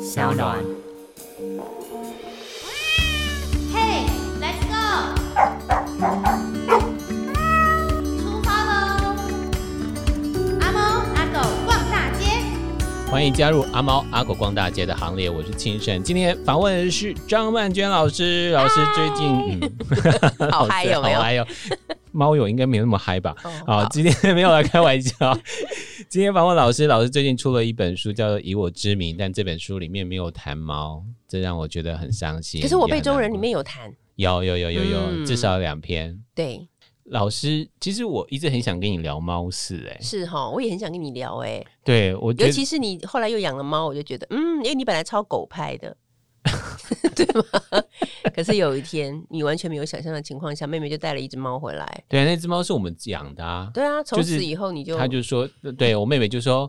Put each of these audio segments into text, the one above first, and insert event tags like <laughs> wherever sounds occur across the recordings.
小暖。 Hey, let's go！出发喽！阿猫阿狗逛大街，欢迎加入阿猫阿狗逛大街的行列，我是庆盛。今天访问的是张曼娟老师，老师最近 <laughs> 嗯，好嗨有没有好 <laughs> 嗨哟！猫友应该没那么嗨吧？哦啊，好今天没有来开玩笑。 <laughs> 今天访问老师，老师最近出了一本书，叫做《以我之名》，但这本书里面没有谈猫，这让我觉得很伤心。可是我也被很中难人里过面有谈，有有有有有，嗯至少两篇。对，老师，其实我一直很想跟你聊猫事、哎，是哈，我也很想跟你聊哎、对我觉尤得其是你后来又养了猫，我就觉得嗯，因为你本来超狗 <laughs> 派的，对吗？可 <laughs> 是有一天你完全没有想象的情况下，妹妹就带了一只猫回来，对那只猫是我们养的啊，对啊，从就是此以后你就他就说，对我妹妹就说，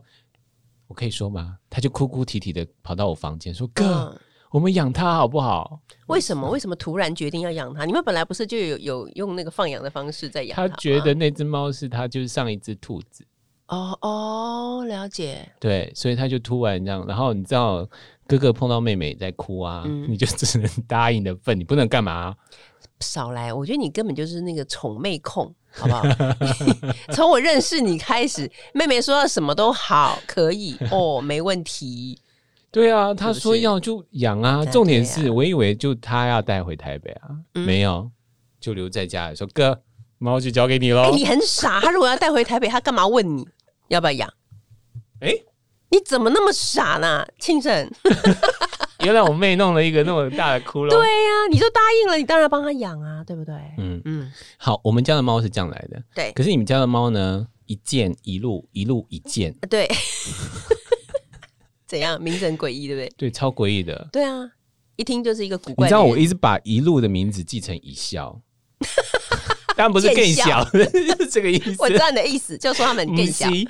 我可以说吗？她就哭哭啼啼的跑到我房间说：“哥，嗯我们养它好不好为什么为什么突然决定要养它？你们本来不是就有有用那个放养的方式在？”养它她吗？觉得那只猫是她就是上一只兔子，哦哦，了解，对，所以她就突然这样，然后你知道。哥哥碰到妹妹在哭啊，嗯你就只能答应的份，你不能干嘛、啊少来，我觉得你根本就是那个宠妹控，好不好？ <laughs> 从我认识你开始，妹妹说要什么都好，可以哦，没问题。对啊，他是不说是要就养啊，对啊重点对啊是我以为就他要带回台北啊，嗯没有，就留在家里说哥，猫就交给你哎、喽。你很傻，她如果要带回台北，她干嘛问你要不要养？哎、你怎么那么傻呢，庆生？原来我妹弄了一个那么大的窟窿。对呀、你就答应了，你当然要帮她养啊，对不对？嗯，嗯，好，我们家的猫是这样来的，对可是你们家的猫呢，一件一路一路一件，对， <laughs> 怎样？名字很诡异，对不对？对，超诡异的。对啊，一听就是一个古你怪的人。知道我一直把一路的名字记成一 <laughs> 笑，当然不是更见小笑， <laughs> 是这个意思。我知道你的意思，就说他们 <laughs> 不更小。是，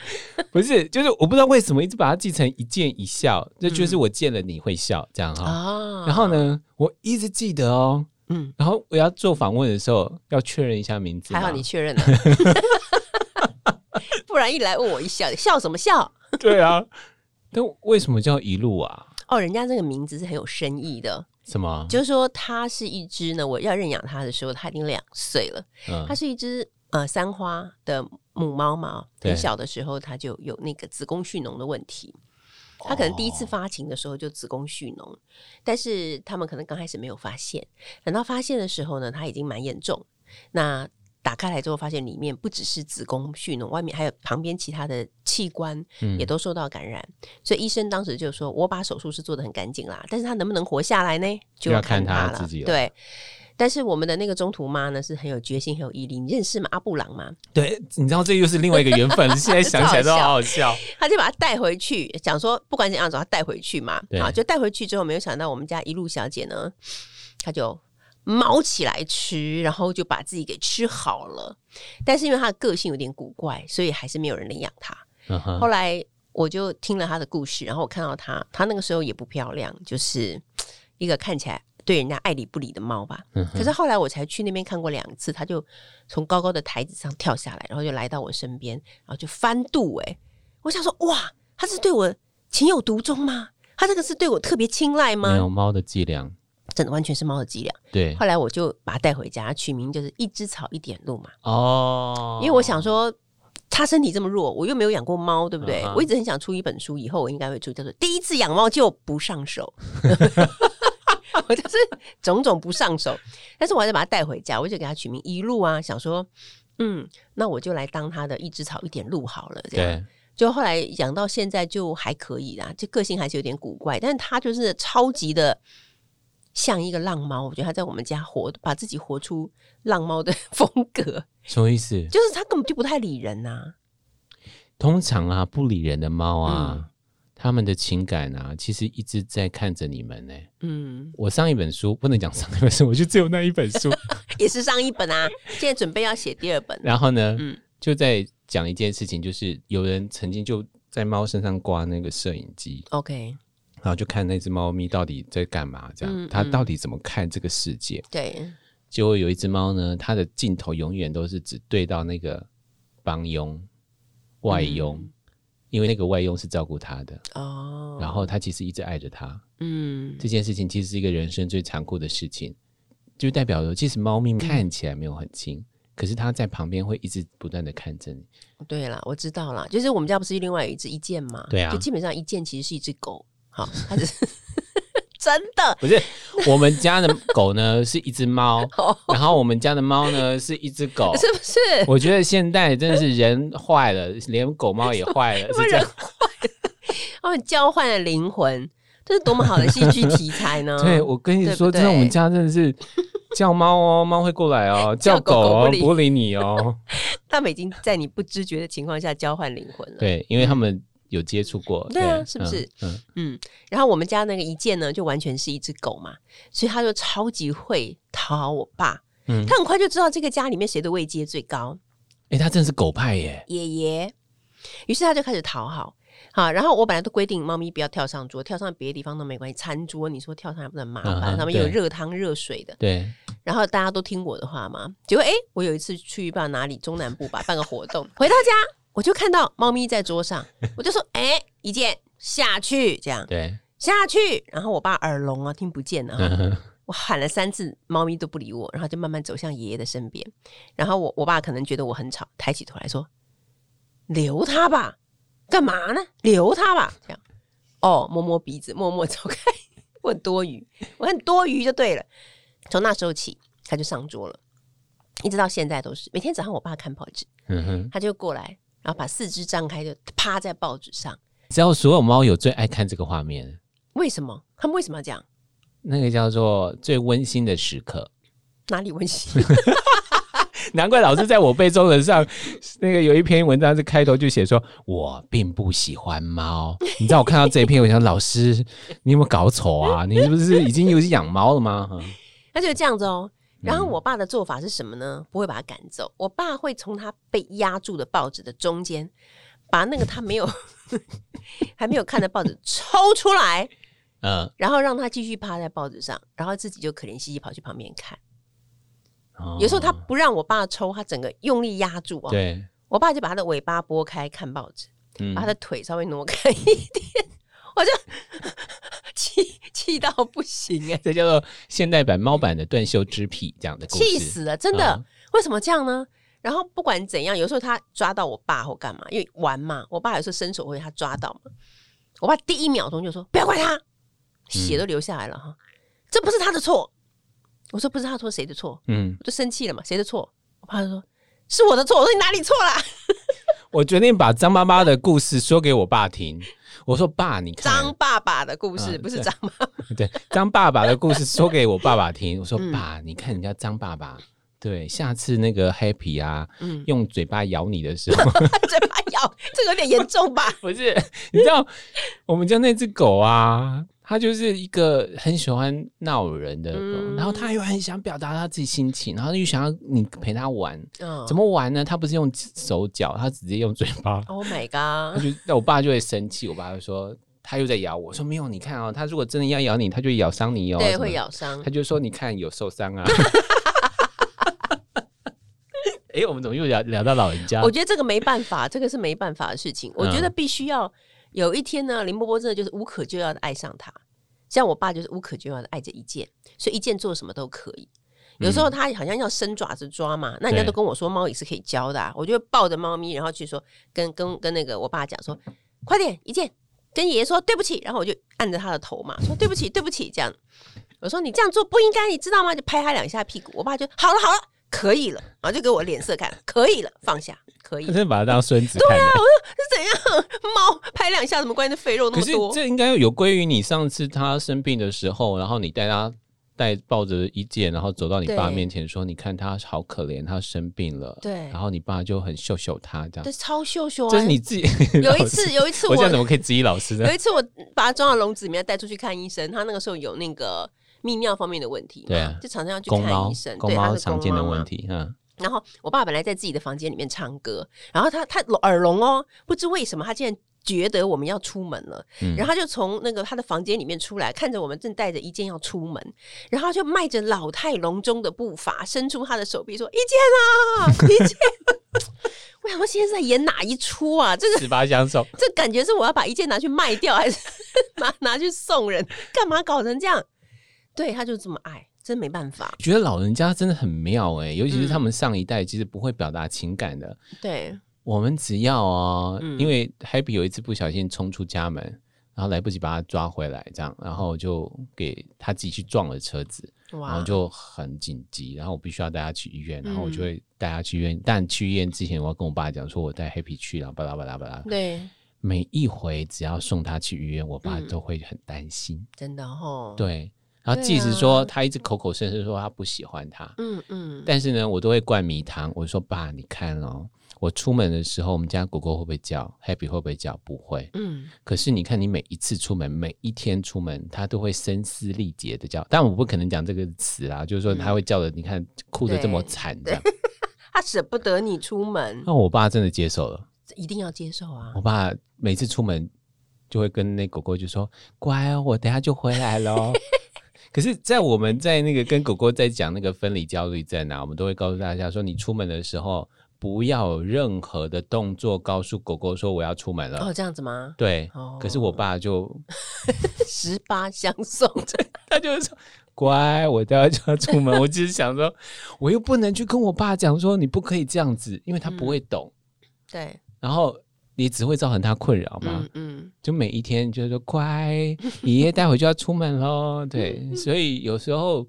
不是，就是我不知道为什么一直把它记成一见一笑，这就是我见了你会笑这样哈、啊然后？呢，我一直记得哦。嗯，然后我要做访问的时候，要确认一下名字嘛。还好你确认了，不然一来问我一笑，笑什么笑？对啊。但为什么叫一路啊？哦，人家这个名字是很有深意的，什么？就是说它是一只呢，我要认养它的时候，它已经两岁了，嗯它是一只呃三花的母猫嘛，哦对很小的时候它就有那个子宫蓄脓的问题。哦它可能第一次发情的时候就子宫蓄脓，但是他们可能刚开始没有发现，等到发现的时候呢，它已经蛮严重。那打开来之后，发现里面不只是子宫蓄脓，外面还有旁边其他的器官嗯也都受到感染，所以医生当时就说：“我把手术是做的很干净啦，但是他能不能活下来呢，就要看看他了。自己了对，但是我们的那个中途妈呢，是很有决心、很有毅力。你认识吗？阿布朗吗？对，你知道这又是另外一个缘 <laughs> 分，现在想起来都好好笑。他就把它带回去，讲说不管怎样，总要带回去嘛对。啊，就带回去之后，没有想到我们家一路小姐呢，她就猫起来吃，然后就把自己给吃好了。但是因为她的个性有点古怪，所以还是没有人领养她。嗯哼后来我就听了她的故事，然后我看到她，她那个时候也不漂亮，就是嘖一个看起来对人家爱理不理的猫吧。嗯可哼是后来我才去那边看过两次，他就从高高的台子上跳下来，然后就来到我身边，然后就翻肚、欸。我想说，哇，他是对我情有独钟吗？他这个是对我特别青睐没有吗？猫的伎俩，真的完全是猫的伎俩。对后来我就把它带回家，取名就是一枝草一点露嘛，哦，因为我想说。他身体这么弱，我又没有养过猫，对不对嗯哼我一直很想出一本书，以后我应该会出，叫做《第一次养猫就不上 <laughs> 手》。 <laughs> 我就是种种不上手，但是我还是把它带回家，我就给它取名一路啊，想说，嗯，那我就来当它的一枝草一点露好了，这样。对，就后来养到现在就还可以啦，这个性还是有点古怪，但是它就是超级的像一个浪猫，我觉得它在我们家活，把自己活出浪猫的 <laughs> 风格，什么意思？就是它根本就不太理人啊呐、通常啊，不理人的猫嗯啊，它们的情感啊，其实一直在看着你们呢。嗯，我上一本书不能讲上一本书，我就只有那一本 <laughs> 书。也是上一本 <laughs> 啊，现在准备要写第二本，然后呢，嗯就在讲一件事情，就是有人曾经就在猫身上挂那个摄影机， OK，然后就看那只猫咪到底在干嘛，这样嗯它嗯到底怎么看这个世界。对，结果有一只猫呢，它的镜头永远都是只对到那个帮佣、外佣，因为那个外佣是照顾他的，哦，然后他其实一直爱着他。嗯这件事情其实是一个人生最残酷的事情，就代表着，即使猫咪看起来没有很亲，可是它在旁边会一直不断的看着你。对了，我知道了，就是我们家不是另外有一只一剑嘛，对啊就基本上一剑其实是一只狗，好，它只 <laughs> 是真的不是，我们家的狗呢是一只猫，然后我们家的猫呢是一只狗。是不是？我觉得现代真的是人坏了，连狗猫也坏了，是这样。他们哦交换了灵魂，这是多么好的戏剧题材呢？ <laughs> 对，我跟你嗯对不说，真的，对我们家真的 <laughs> 是叫猫哦，猫会过来哦；叫叫狗狗狗不哦，理不会理你 <laughs> 哦。他们已经在你不知觉的情况下交换灵魂了。对，因为他们有接触过，嗯对啊是不嗯是？嗯，嗯，然后我们家那个一见呢，就完全是一只狗嘛，所以他就超级会讨好我爸。嗯他很快就知道这个家里面谁的位阶最高，哎，它真的是狗派耶。爷爷。于是他就开始讨好。好，然后我本来都规定猫咪不要跳上桌，跳上别的地方都没关系。餐桌你说跳上还不是很麻烦，嗯哼他们有对热汤热水的。对，然后大家都听我的话嘛。结果哎，我有一次去不知道哪里中南部吧，办个活动，回到家我就看到猫咪在桌上，我就说：“哎，一见下去，这样对，下去。”然后我爸耳聋啊，听不见啊。嗯哼我喊了三次，猫咪都不理我，然后就慢慢走向爷爷的身边。然后我我爸可能觉得我很吵，抬起头来说：“留它吧，干嘛呢？留它吧。”这样，哦，摸摸鼻子，默默走开。我很多余，我很多余就对了。从那时候起，他就上桌了，一直到现在都是每天早上我爸看报纸，嗯哼。他就过来，然后把四肢张开，就趴在报纸上。只要所有猫友最爱看这个画面，为什么？他们为什么要这样？那个叫做最温馨的时刻。哪里温馨？难怪老师在我背中文上， <laughs> 那个有一篇文章是开头就写说我并不喜欢猫。你知道我看到这一篇，我想老师，你有没有搞错啊？你是不是已经有养猫了吗？嗯他就这样子哦。然后我爸的做法是什么呢？不会把他赶走，我爸会从他被压住的报纸的中间，把那个他没有 <laughs> 还没有看的报纸抽出来，呃，然后让他继续趴在报纸上，然后自己就可怜兮兮跑去旁边看。哦有时候他不让我爸抽，他整个用力压住哦，对，我爸就把他的尾巴拨开看报纸，嗯把他的腿稍微挪开一点， <laughs> 我就气气到不行哎、这叫做现代版猫版的断袖之癖这样的故事。气死了，真的。啊为什么这样呢？然后不管怎样，有时候他抓到我爸或干嘛，因为玩嘛，我爸有时候伸手会他抓到嘛，我爸第一秒钟就说不要怪他，血都流下来了哈，这不是他的错。我说不是他的错，谁的错？嗯，我就生气了嘛，谁的错？我爸就说是我的错。我说你哪里错啦？我决定把张妈妈的故事说给我爸听。我说爸，你看张，爸爸的故事、嗯不是对张妈妈， <laughs> 对张爸爸的故事说给我爸爸听。我说、嗯爸，你看人家张爸爸，对，下次那个 Happy 啊，嗯，用嘴巴咬你的时候，嘴巴咬，这个有点严 <laughs> 重吧？不是，你知道我们家那只狗啊，它就是一个很喜欢闹人的狗，嗯然后它又很想表达它自己心情，然后又想要你陪它玩，嗯，怎么玩呢？它不是用手脚，它直接用嘴巴， <laughs> ？Oh my 它 <laughs> god！就那我爸就会生气，我爸就说它又在咬我，我说没有，你看哦，它如果真的要咬你，它就咬伤你哦，对，什么会咬伤他。就说：“你看有受伤 <laughs> 啊。”哎、我们怎么又聊聊到老人家嗯我？觉得这个没办法，这个是没办法的事情。我觉得必须要有一天呢，林波波真的就是无可救药的爱上他。像我爸就是无可救药的爱着一件，所以一件做什么都可以。有时候他好像要伸爪子抓嘛，那人家对都跟我说猫也是可以教的、啊，我就会抱着猫咪，然后去说跟跟跟那个我爸讲说，快点一件，跟爷爷说对不起，然后我就按着他的头嘛，说对不起对不起这样。我说你这样做不应该，你知道吗？就拍他两下屁股，我爸就好了好了，可以了，然后就给我脸色看，可以了，放下，可以他了真的把他当孙子啊看的。 <laughs> 是怎样？猫拍两下什么关系？肥肉那可么是多，这应该有归于你上次他生病的时候，然后你带他带抱着一件，然后走到你爸对面前说：“你看他好可怜，他生病了。”对然后你爸就很秀秀他这对，样。超秀秀啊！这是你自己 <laughs> 有一老师次，有一次 <laughs> 我我这样怎么可以质疑老师呢有？一次我把它装到笼子里面带出去看医生，它那个时候有那个泌尿方面的问题嘛，对啊就常常要去公看猫医生，，公对，它猫是常见的公猫嘛问。题，嗯，然后我爸本来在自己的房间里面唱歌，然后他他耳聋哦，不知为什么他竟然觉得我们要出门了，嗯然后他就从那个他的房间里面出来，看着我们正带着一件要出门，然后他就迈着老态龙钟的步伐，伸出他的手臂说：“一件啊，一件。” <laughs> 我想说，现在在演哪一出啊？这个十八相送，这感觉是我要把一件拿去卖掉，还是拿拿去送人？干嘛搞成这样？对，他就这么爱，真没办法。觉得老人家真的很妙哎、尤其是他们上一代其实不会表达情感的，对，我们只要哦，嗯因为 Happy 有一次不小心冲出家门，然后来不及把他抓回来，这样，然后就给他自己去撞了车子，然后就很紧急，然后我必须要带他去医院，嗯然后我就会带他去医院，但去医院之前我要跟我爸讲说我带 Happy 去，然后巴拉巴拉巴拉，对，每一回只要送他去医院，我爸嗯都会很担心，真的哦。，对，然后对即使啊说他一直口口声声说他不喜欢他，嗯嗯，但是呢，我都会灌米汤。我说爸，你看哦，我出门的时候，我们家狗狗会不会叫？Happy 会不会叫？不会。嗯可是你看，你每一次出门，每一天出门，它都会声嘶力竭的叫。但我不可能讲这个词啦，就是说它会叫的，你看哭的这么惨这样。他舍不得你出门，那我爸真的接受了。这一定要接受啊我。爸每次出门就会跟那狗狗就说：“乖哦，我等下就回来喽。” <laughs> 可是，在我们在那个跟狗狗在讲那个分离焦虑症啊，我们都会告诉大家说，你出门的时候不要有任何的动作告诉狗狗说我要出门了。哦，这样子吗？ <laughs> 对，哦可是我爸就十八相送，他就是说。乖，我待会就要出门。我只是想说，我又不能去跟我爸讲说你不可以这样子，因为他嗯不会懂， <laughs> 对，然后你只会造成他困扰嘛。嗯嗯，就每一天就是说乖，爷爷待会就要出门 <laughs> 喽。对，所以有时候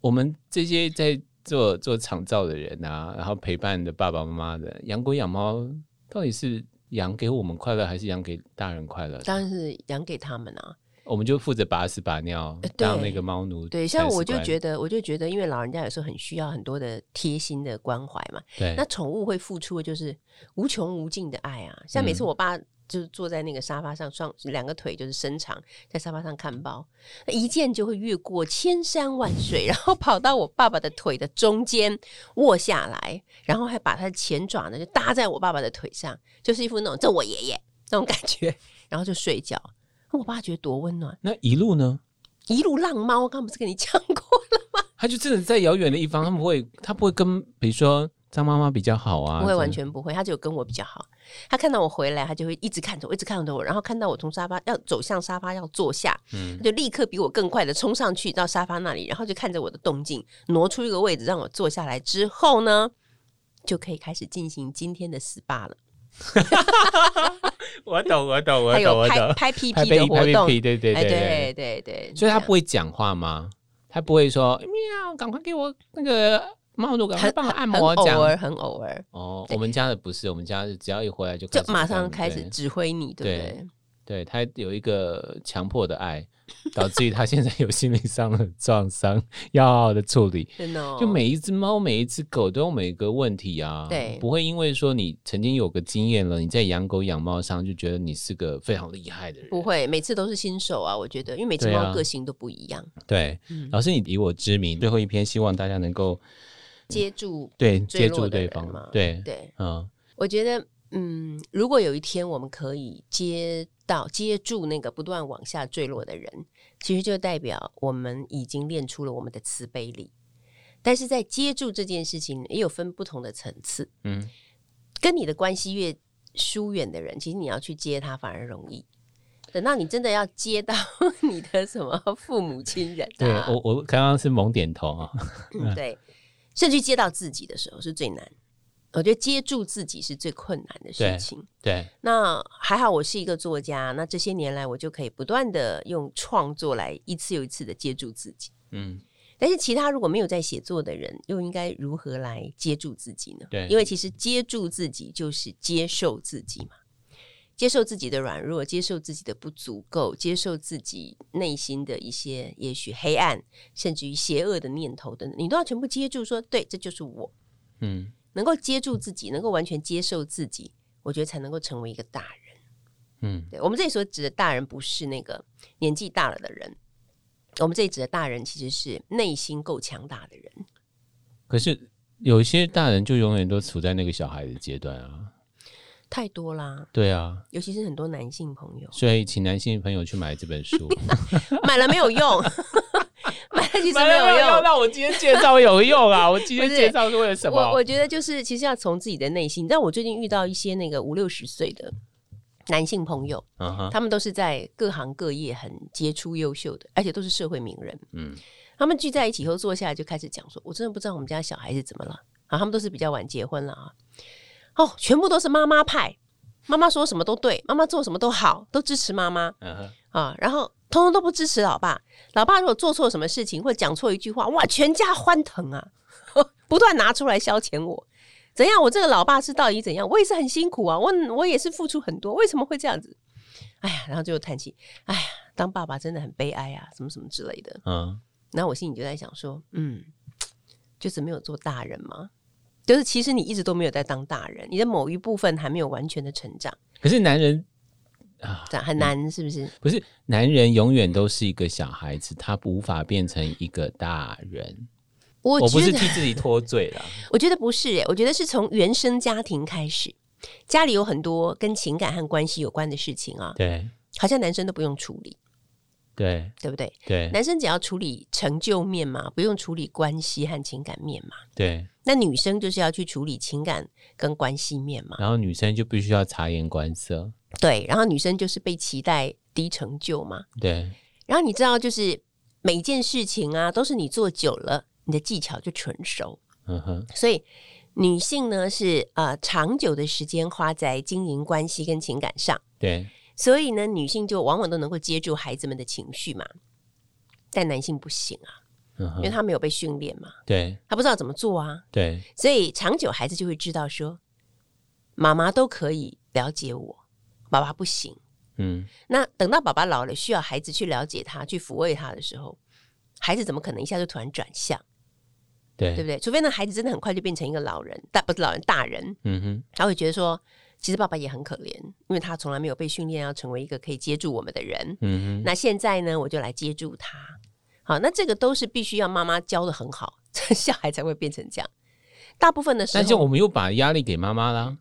我们这些在做做厂造的人啊，然后陪伴的爸爸妈妈的养狗养猫，到底是养给我们快乐，还是养给大人快乐？当然是养给他们啊。我们就负责把屎把尿呃对，当那个猫奴铲屎官。对，像我就觉得，我就觉得，因为老人家有时候很需要很多的贴心的关怀嘛。对那宠物会付出的就是无穷无尽的爱啊。像每次我爸就是坐在那个沙发上，双两个腿就是伸长，在沙发上看报，那一见就会越过千山万水，然后跑到我爸爸的腿的中间握下来，然后还把他的前爪呢就搭在我爸爸的腿上，就是一副那种这我爷爷那种感觉，然后就睡觉。我爸觉得多温暖，那一路呢，一路浪猫，我刚刚不是跟你讲过他就真的在遥远的一方，他不会，他不会跟比如说张妈妈比较好啊，不会，这完全不会。他只有跟我比较好。他看到我回来，他就会一直看着我，一直看着我，然后看到我从沙发要走向沙发要坐下，嗯他就立刻比我更快的冲上去到沙发那里，然后就看着我的动静，挪出一个位置让我坐下来之后呢，就可以开始进行今天的 SPA 了。我懂，我懂，我懂，还有我拍懂。拍屁拍屁的背活拍动背，对对哎，对对对对对，啊所以他这样不会讲话吗？他不会说喵，赶快给我那个猫奴，赶快帮我按摩这很样偶。尔，很偶尔，哦，对我们家的不是，我们家是只要一回来就就开始马上干开始对指挥你，对不对对？对他有一个强迫的爱，导致于他现在有心理上的创伤，要好好的处理。真的哦，就每一只猫、每一只狗都有每个问题啊，对不会因为说你曾经有个经验了，你在养狗养猫上就觉得你是个非常厉害的人，不会，每次都是新手啊，我觉得，因为每只对啊猫个性都不一样，对，嗯老师你以我之名，最后一篇希望大家能够接住对坠接落住的对人方嘛，对对，嗯，我觉得，嗯，如果有一天我们可以接到接住那个不断往下坠落的人，其实就代表我们已经练出了我们的慈悲力。但是在接住这件事情，也有分不同的层次。嗯，跟你的关系越疏远的人，其实你要去接他反而容易。等到你真的要接到 <laughs> 你的什么父母亲人、啊，对我我刚刚是猛点头啊，嗯，对，甚至接到自己的时候是最难。我觉得接住自己是最困难的事对情。对，那还好，我是一个作家，那这些年来我就可以不断的用创作来一次又一次的接住自己。嗯，但是其他如果没有在写作的人，又应该如何来接住自己呢？对因为其实接住自己就是接受自己嘛，接受自己的软弱，接受自己的不足够，接受自己内心的一些也许黑暗，甚至于邪恶的念头等等，你都要全部接住说对，这就是我。嗯能够接住自己，能够完全接受自己，我觉得才能够成为一个大人。嗯，对我们这里所指的大人，不是那个年纪大了的人，我们这里指的大人其实是内心够强大的人。可是有些大人就永远都处在那个小孩的阶段啊，太多啦，对啊，尤其是很多男性朋友所以请男性朋友去买这本书，买了没有用， <laughs> 买了 <laughs> 其实啊买没了有用。那我今天介绍有用啊！我今天不是介绍是为了什么？我我觉得就是其实要从自己的内心，但我最近遇到一些那个五六十岁的男性朋友，嗯哼，他们都是在各行各业很杰出优秀的，而且都是社会名人。嗯，他们聚在一起以后坐下来就开始讲说：“我真的不知道我们家小孩是怎么了啊！”他们都是比较晚结婚了啊，哦，全部都是妈妈派，妈妈说什么都对，妈妈做什么都好，都支持妈妈嗯哼，啊，然后通通都不支持老爸。老爸如果做错什么事情或讲错一句话，哇，全家欢腾啊， <laughs> 不断拿出来消遣我。怎样？我这个老爸是到底怎样？我也是很辛苦啊，我我也是付出很多，为什么会这样子？哎呀，然后就叹气，哎呀，当爸爸真的很悲哀啊，什么什么之类的。嗯，然后我心里就在想说，嗯，就是没有做大人嘛，就是其实你一直都没有在当大人，你的某一部分还没有完全的成长，可是男人啊，这样很难，是不是？不是男人永远都是一个小孩子，他无法变成一个大人。我我不觉是得，替自己脱罪 <laughs> 啦，我觉得不是、欸，我觉得是从原生家庭开始，家里有很多跟情感和关系有关的事情啊，对好像男生都不用处理，对对不对？对男生只要处理成就面嘛，不用处理关系和情感面嘛。对，那女生就是要去处理情感跟关系面嘛。然后女生就必须要察言观色，对，然后女生就是被期待低成就嘛。对然后你知道，就是每件事情啊，都是你做久了，你的技巧就纯熟。嗯哼，所以女性呢是呃长久的时间花在经营关系跟情感上，对所以呢女性就往往都能够接住孩子们的情绪嘛。但男性不行啊，嗯因为哼，他没有被训练嘛，对他不知道怎么做啊，对所以长久孩子就会知道说，妈妈都可以了解我，爸爸不行。嗯那等到爸爸老了，需要孩子去了解他、去抚慰他的时候，孩子怎么可能一下就突然转向，对不对对？除非那孩子真的很快就变成一个老人，大不是老人，大人，嗯哼他会觉得说，其实爸爸也很可怜，因为他从来没有被训练要成为一个可以接住我们的人。嗯哼那现在呢，我就来接住他。好，那这个都是必须要妈妈教的很好， <laughs> 这小孩才会变成这样。大部分的时但是候我们又把压力给妈妈啦。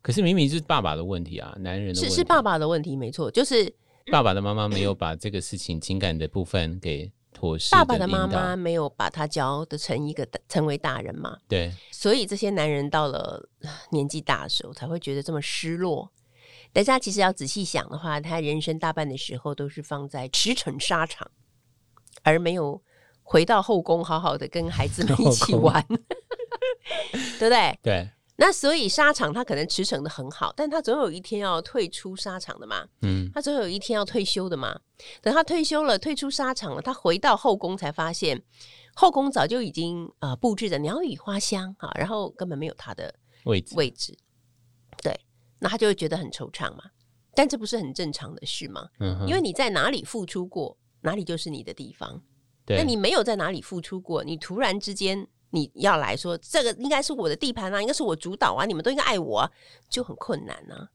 可是明明是爸爸的问题啊，男人的问题是是爸爸的问题，没错，就是爸爸的妈妈没有把这个事情情感的部分给妥协。爸爸的妈妈，没有把他教的成一个成为大人嘛。对所以这些男人到了呃年纪大的时候，才会觉得这么失落。但是他其实要仔细想的话，他人生大半的时候都是放在驰骋沙场，而没有回到后宫，好好的跟孩子们一起 <laughs> 后宫玩， <laughs> 对不对？对，那所以沙场他可能驰骋的很好，但他总有一天要退出沙场的嘛，嗯他总有一天要退休的嘛。等他退休了，退出沙场了，他回到后宫才发现，后宫早就已经呃布置的鸟语花香啊，然后根本没有他的位置位置，对，那他就会觉得很惆怅嘛。但这不是很正常的事吗？嗯哼，因为你在哪里付出过，哪里就是你的地方。对那你没有在哪里付出过，你突然之间你要来说这个应该是我的地盘啊，应该是我主导啊，你们都应该爱我、啊，就很困难啊。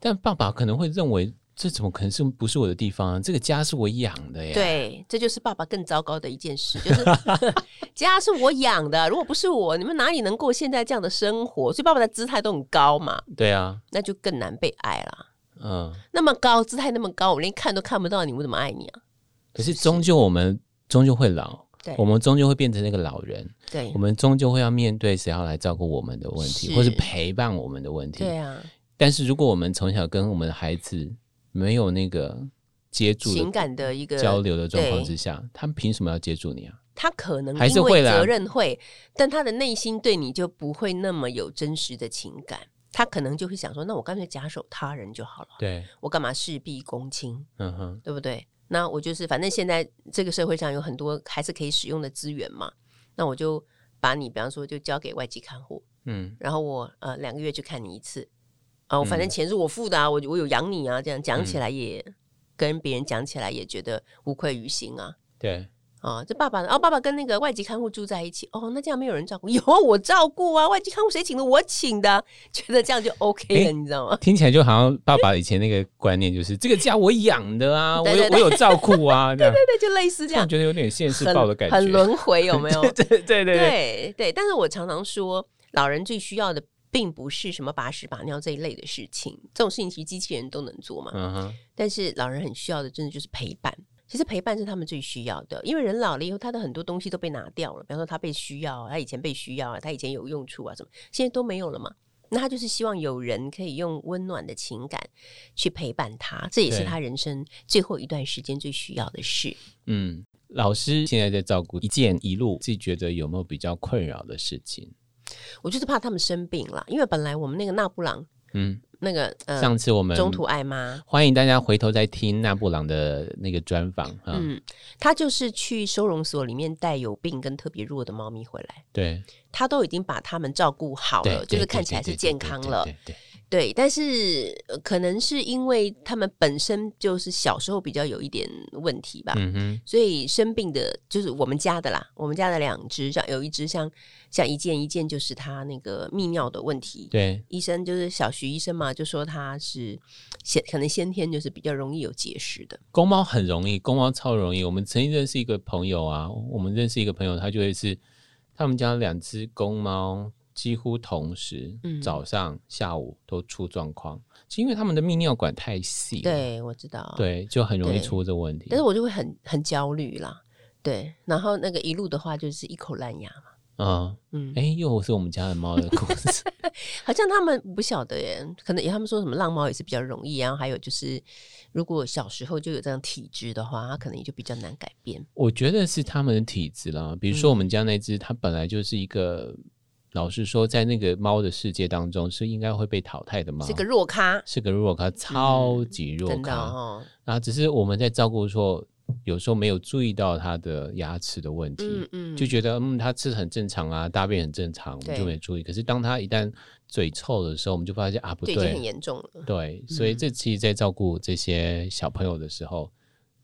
但爸爸可能会认为这怎么可能是不是我的地方啊？这个家是我养的呀。对，这就是爸爸更糟糕的一件事，就是 <laughs> 家是我养的，如果不是我，你们哪里能过现在这样的生活？所以爸爸的姿态都很高嘛，对啊，那就更难被爱啦。嗯。那么高，姿态那么高，我连看都看不到你，我怎么爱你啊？可是终究我们终究会老对，我们终究会变成那个老人，对我，们终究会要面对谁要来照顾我们的问题，是或是陪伴我们的问题。对啊，但是如果我们从小跟我们的孩子没有那个接触情的感的一个交，流的状况对之下，他们凭什么要接触你啊？他可能还是因为会啦责任会，但他的内心对你就不会那么有真实的情感，他可能就会想说，那我干脆假手他人就好了，对，我干嘛事必躬亲，嗯哼，对不对？那我就是，反正现在这个社会上有很多还是可以使用的资源嘛，那我就把你，比方说就交给外籍看护，嗯，然后我呃两个月去看你一次啊，我反正钱是我付的啊，我我有养你啊，这样讲嗯起来也、跟别人讲起来也觉得无愧于心啊对，啊！这爸爸哦，爸爸跟那个外籍看护住在一起哦，那这样没有人照顾，有啊我照顾啊，外籍看护谁请的？我请的啊，觉得这样就 OK 了，诶你知道吗？听起来就好像爸爸以前那个观念，就是这个家我养的啊，我对有对我有照顾啊， <laughs> 这样，对，就类似这这样样，觉得有点现世报的很感 <laughs> 很觉，轮回，有没有？对对对对，对对，但是我常常说，老人最需要的并不是什么把屎把尿这一类的事情，这种事情其实机器人都能做嘛。嗯哼，但是老人很需要的，真的就是陪伴。其实陪伴是他们最需要的，因为人老了以后，他的很多东西都被拿掉了。比方说，他被需要，他以前被需要啊，他以前有用处啊，什么现在都没有了嘛。那他就是希望有人可以用温暖的情感去陪伴他，这也是对他人生最后一段时间最需要的事。嗯，老师现在在照顾一件一路，自己觉得有没有比较困扰的事情？我就是怕他们生病了，因为本来我们那个纳布朗嗯，那个呃上次我们中途爱妈，欢迎大家回头再听纳布朗的那个专访啊，嗯、嗯，他就是去收容所里面带有病跟特别弱的猫咪回来。对，他都已经把他们照顾好对了，就是对看对起来对是对健对康对了。对对对，但是、呃可能是因为他们本身就是小时候比较有一点问题吧，嗯哼，所以生病的就是我们家的啦，我们家的两只，像有一只像像一件一件就是他那个泌尿的问题。对，医生就是小徐医生嘛，就说他是先可能先天就是比较容易有结石的，公猫很容易，公猫超容易。我们曾经认识一个朋友啊，我们认识一个朋友，他就会是他们家两只公猫几乎同时，嗯早上、下午都出状况，是因为他们的泌尿管太细，，对我知道，对，就很容易对出这问题但。是我就会很很焦虑啦，对，然后那个一路的话就是一口烂牙嘛，嗯，嗯，哎、又是我们家的猫的故事， <laughs> 好像他们不晓得耶，可能也他们说什么浪猫也是比较容易，然啊后还有就是，如果小时候就有这样体质的话，他可能也就比较难改变。我觉得是他们的体质啦。比如说我们家那只，它本来就是一个，老实说，在那个猫的世界当中是应该会被淘汰的猫，这个弱咖，是个弱咖，超级啊弱真的咖。哦，啊，只是我们在照顾的时候，有时候没有注意到它的牙齿的问题，嗯嗯，就觉得嗯，它吃得很正常啊，大便很正常，我们就对没注意。可是当它一旦嘴臭的时候，我们就发现啊，不对，对，已经很严重了。对，所嗯以这其实，在照顾这些小朋友的时候，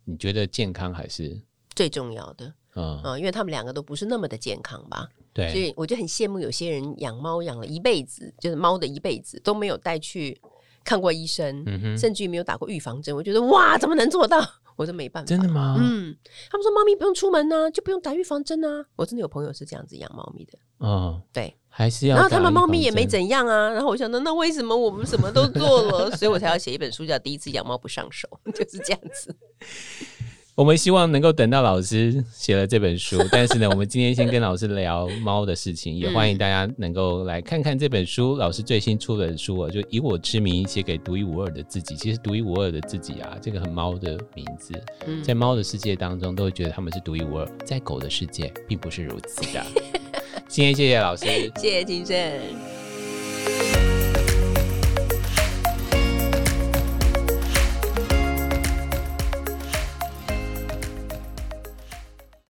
你觉得健康还是最重要的，嗯，嗯，因为他们两个都不是那么的健康吧，所对，以我就很羡慕有些人养猫养了一辈子，就是猫的一辈子都没有带去看过医生，嗯哼，甚至于没有打过预防针，我觉得哇，怎么能做到？ <laughs> 我都没办法，真的吗？嗯嗯，他们说猫咪不用出门呢、就不用打预防针啊。我真的有朋友是这样子养猫咪的，对。嗯还是要打预然后防针。他们猫咪也没怎样啊。然后我想到，那为什么我们什么都做了？ <laughs> 所以我才要写一本书叫《第一次养猫不上手》， <laughs> 就是这样子。我们希望能够等到老师写了这本书，但是呢，我们今天先跟老师聊猫的事情，也欢迎大家能够来看看这本书，老师最新出的书啊，就以我之名写给独一无二的自己。其实独一无二的自己啊，这个很猫的名字，嗯在猫的世界当中都会觉得他们是独一无二，在狗的世界并不是如此的。今天谢谢老师。谢谢金正。